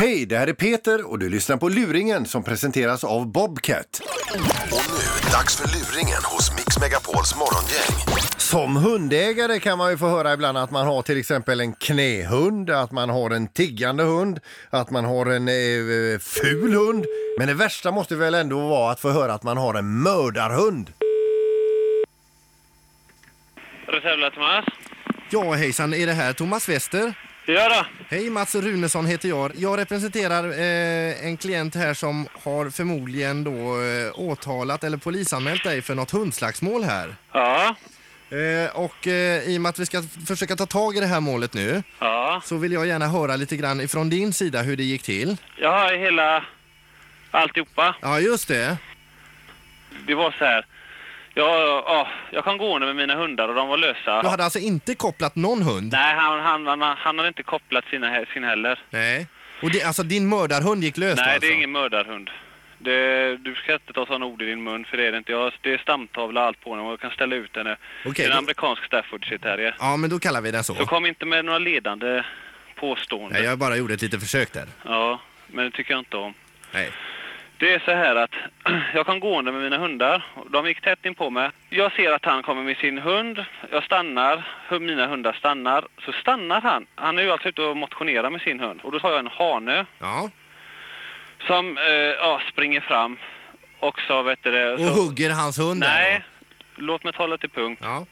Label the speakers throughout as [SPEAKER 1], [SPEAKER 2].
[SPEAKER 1] Hej, det här är Peter och du lyssnar på Luringen som presenteras av Bobcat.
[SPEAKER 2] Och nu, dags för luringen hos Mix Megapols morgongäng.
[SPEAKER 1] Som hundägare kan man ju få höra ibland att man har till exempel en knähund, att man har en tiggande hund, att man har en eh, ful hund. Men det värsta måste väl ändå vara att få höra att man har en mördarhund.
[SPEAKER 3] Reservla Thomas.
[SPEAKER 4] Ja, hejsan. Är det här Thomas Wester?
[SPEAKER 3] Ja då.
[SPEAKER 4] Hej, Mats Runesson heter jag. Jag representerar eh, en klient här som har förmodligen då eh, åtalat eller polisanmält dig för något hundslagsmål här.
[SPEAKER 3] Ja.
[SPEAKER 4] Eh, och eh, i och med att vi ska f- försöka ta tag i det här målet nu
[SPEAKER 3] Ja.
[SPEAKER 4] så vill jag gärna höra lite grann ifrån din sida hur det gick till.
[SPEAKER 3] Jag har hela alltihopa.
[SPEAKER 4] Ja, just det.
[SPEAKER 3] Det var så här. Jag, ja, jag kom gående med mina hundar och de var lösa.
[SPEAKER 4] Du hade alltså inte kopplat någon hund?
[SPEAKER 3] Nej, han, han, han, han hade inte kopplat sina, he- sin heller.
[SPEAKER 4] Nej. Och det, alltså din mördarhund gick lös
[SPEAKER 3] Nej,
[SPEAKER 4] alltså?
[SPEAKER 3] det är ingen mördarhund. Det, du ska inte ta sådana ord i din mun för det är det inte. Jag, har- det är stamtavla allt på honom och jag kan ställa ut henne.
[SPEAKER 4] Okej,
[SPEAKER 3] det är en
[SPEAKER 4] då-
[SPEAKER 3] amerikansk Staffordshire terrier.
[SPEAKER 4] Ja, men då kallar vi den så.
[SPEAKER 3] Så kom inte med några ledande påståenden.
[SPEAKER 4] Nej, jag bara gjorde ett litet försök där.
[SPEAKER 3] Ja, men det tycker jag inte om.
[SPEAKER 4] Nej.
[SPEAKER 3] Det är så här att jag kom gående med mina hundar. De gick tätt in på mig. Jag ser att han kommer med sin hund. Jag stannar. Hu- Mina hundar stannar. Så stannar han. Han är ju alltså ute och motionerar med sin hund. Och då tar jag en hane
[SPEAKER 4] Ja.
[SPEAKER 3] som eh, ja, springer fram. Och så vet du det...
[SPEAKER 4] Och
[SPEAKER 3] så,
[SPEAKER 4] hugger hans hund där
[SPEAKER 3] Nej,
[SPEAKER 4] då?
[SPEAKER 3] låt mig tala till punkt.
[SPEAKER 4] Ja.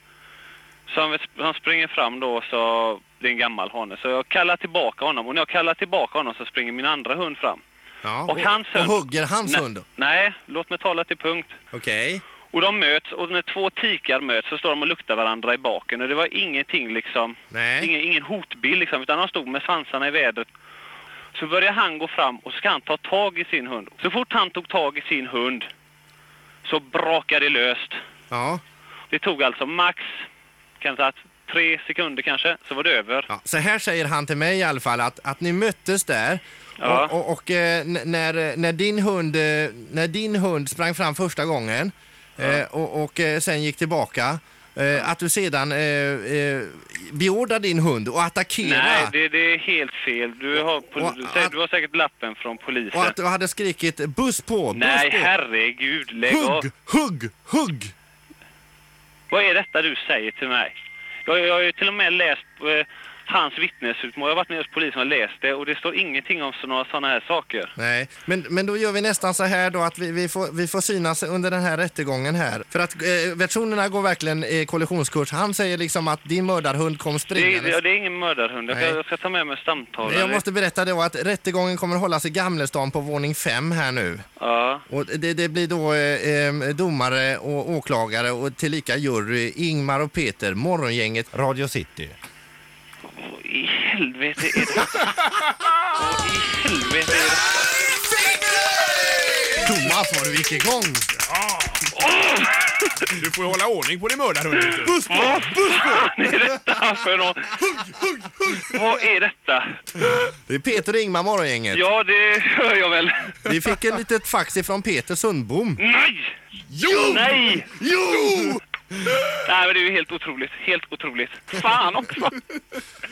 [SPEAKER 3] Så han, vet- han springer fram då så... Det är en gammal hane. Så jag kallar tillbaka honom. Och när jag kallar tillbaka honom så springer min andra hund fram.
[SPEAKER 4] ja.
[SPEAKER 3] Och hans
[SPEAKER 4] och
[SPEAKER 3] hund.
[SPEAKER 4] hugger hans
[SPEAKER 3] Nej-
[SPEAKER 4] hund?
[SPEAKER 3] Nej, låt mig tala till punkt.
[SPEAKER 4] Okej.
[SPEAKER 3] Och de möts och när två tikar möts så står de och luktar varandra i baken och det var ingenting liksom,
[SPEAKER 4] Nej.
[SPEAKER 3] ingen, ingen hotbild liksom, utan de stod med svansarna i vädret. Så börjar han gå fram och så ska han ta tag i sin hund. Så fort han tog tag i sin hund så brakade det löst.
[SPEAKER 4] Ja.
[SPEAKER 3] Det tog alltså max, kan säga att tre sekunder kanske, så var det över.
[SPEAKER 4] ja. Så här säger han till mig i alla fall att, att ni möttes där
[SPEAKER 3] Ja.
[SPEAKER 4] och, och, och eh, n- när, när, din hund, eh, när din hund sprang fram första gången eh, och, och eh, sen gick tillbaka eh, att du sedan eh, eh, beordrade din hund och attackera
[SPEAKER 3] Nej, det, det är helt fel. Du har, pol-
[SPEAKER 4] Och-
[SPEAKER 3] du, säger- du har säkert lappen från polisen.
[SPEAKER 4] och att du hade skrikit buss på, buss
[SPEAKER 3] Nej,
[SPEAKER 4] på,
[SPEAKER 3] herregud, lägg av.
[SPEAKER 4] hugg, hugg, hugg.
[SPEAKER 3] Vad är detta du säger till mig? Jag, jag har ju till och med läst eh, hans vittnesutmål. Jag har varit med hos polisen och läst det och det står ingenting om så- några sådana här saker.
[SPEAKER 4] Nej, men, men då gör vi nästan så här då att vi, vi, får, vi får synas under den här rättegången här. För att eh, versionerna går verkligen i kollisionskurs. Han säger liksom att din mördarhund kom
[SPEAKER 3] Det, är-
[SPEAKER 4] springandes.
[SPEAKER 3] det, det är ingen mördarhund. Jag, ska-
[SPEAKER 4] Nej.
[SPEAKER 3] jag ska ta med mig stamtavlan.
[SPEAKER 4] Men Jag måste berätta då att rättegången kommer att hållas i Gamlestan på våning 5 här nu.
[SPEAKER 3] Ja,
[SPEAKER 4] Och det, det blir då eh, eh, domare och åklagare och tillika jury Ingmar och Peter, Morgongänget, Radio City.
[SPEAKER 3] vad i helvete är det? Vad i helvete är det?
[SPEAKER 4] Thomas, vad du gick igång!
[SPEAKER 5] Du får ju hålla ordning på din mördarhund. vet du.
[SPEAKER 3] Vad fan är detta för något? Vad är detta?
[SPEAKER 4] Det är Peter och Ingmar, Morgongänget.
[SPEAKER 3] Ja, det hör jag väl.
[SPEAKER 4] Vi fick ett litet fax ifrån Peter Sundbom.
[SPEAKER 3] Nej! Jo! Nej! Jo! Nej, men det är ju helt otroligt. Helt otroligt. Fan också!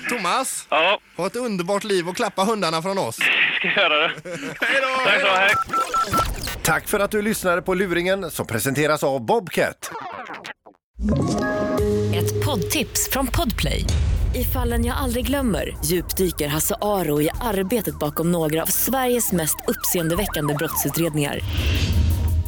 [SPEAKER 4] Thomas!
[SPEAKER 3] Ja,
[SPEAKER 4] Ha ett underbart liv och klappa hundarna från oss.
[SPEAKER 3] ska jag göra det. Hej då! Tack så hej.
[SPEAKER 1] Tack för att du lyssnade på Luringen som presenteras av Bobcat.
[SPEAKER 6] Ett poddtips från Podplay. I fallen jag aldrig glömmer djupdyker Hasse Aro i arbetet bakom några av Sveriges mest uppseendeväckande brottsutredningar.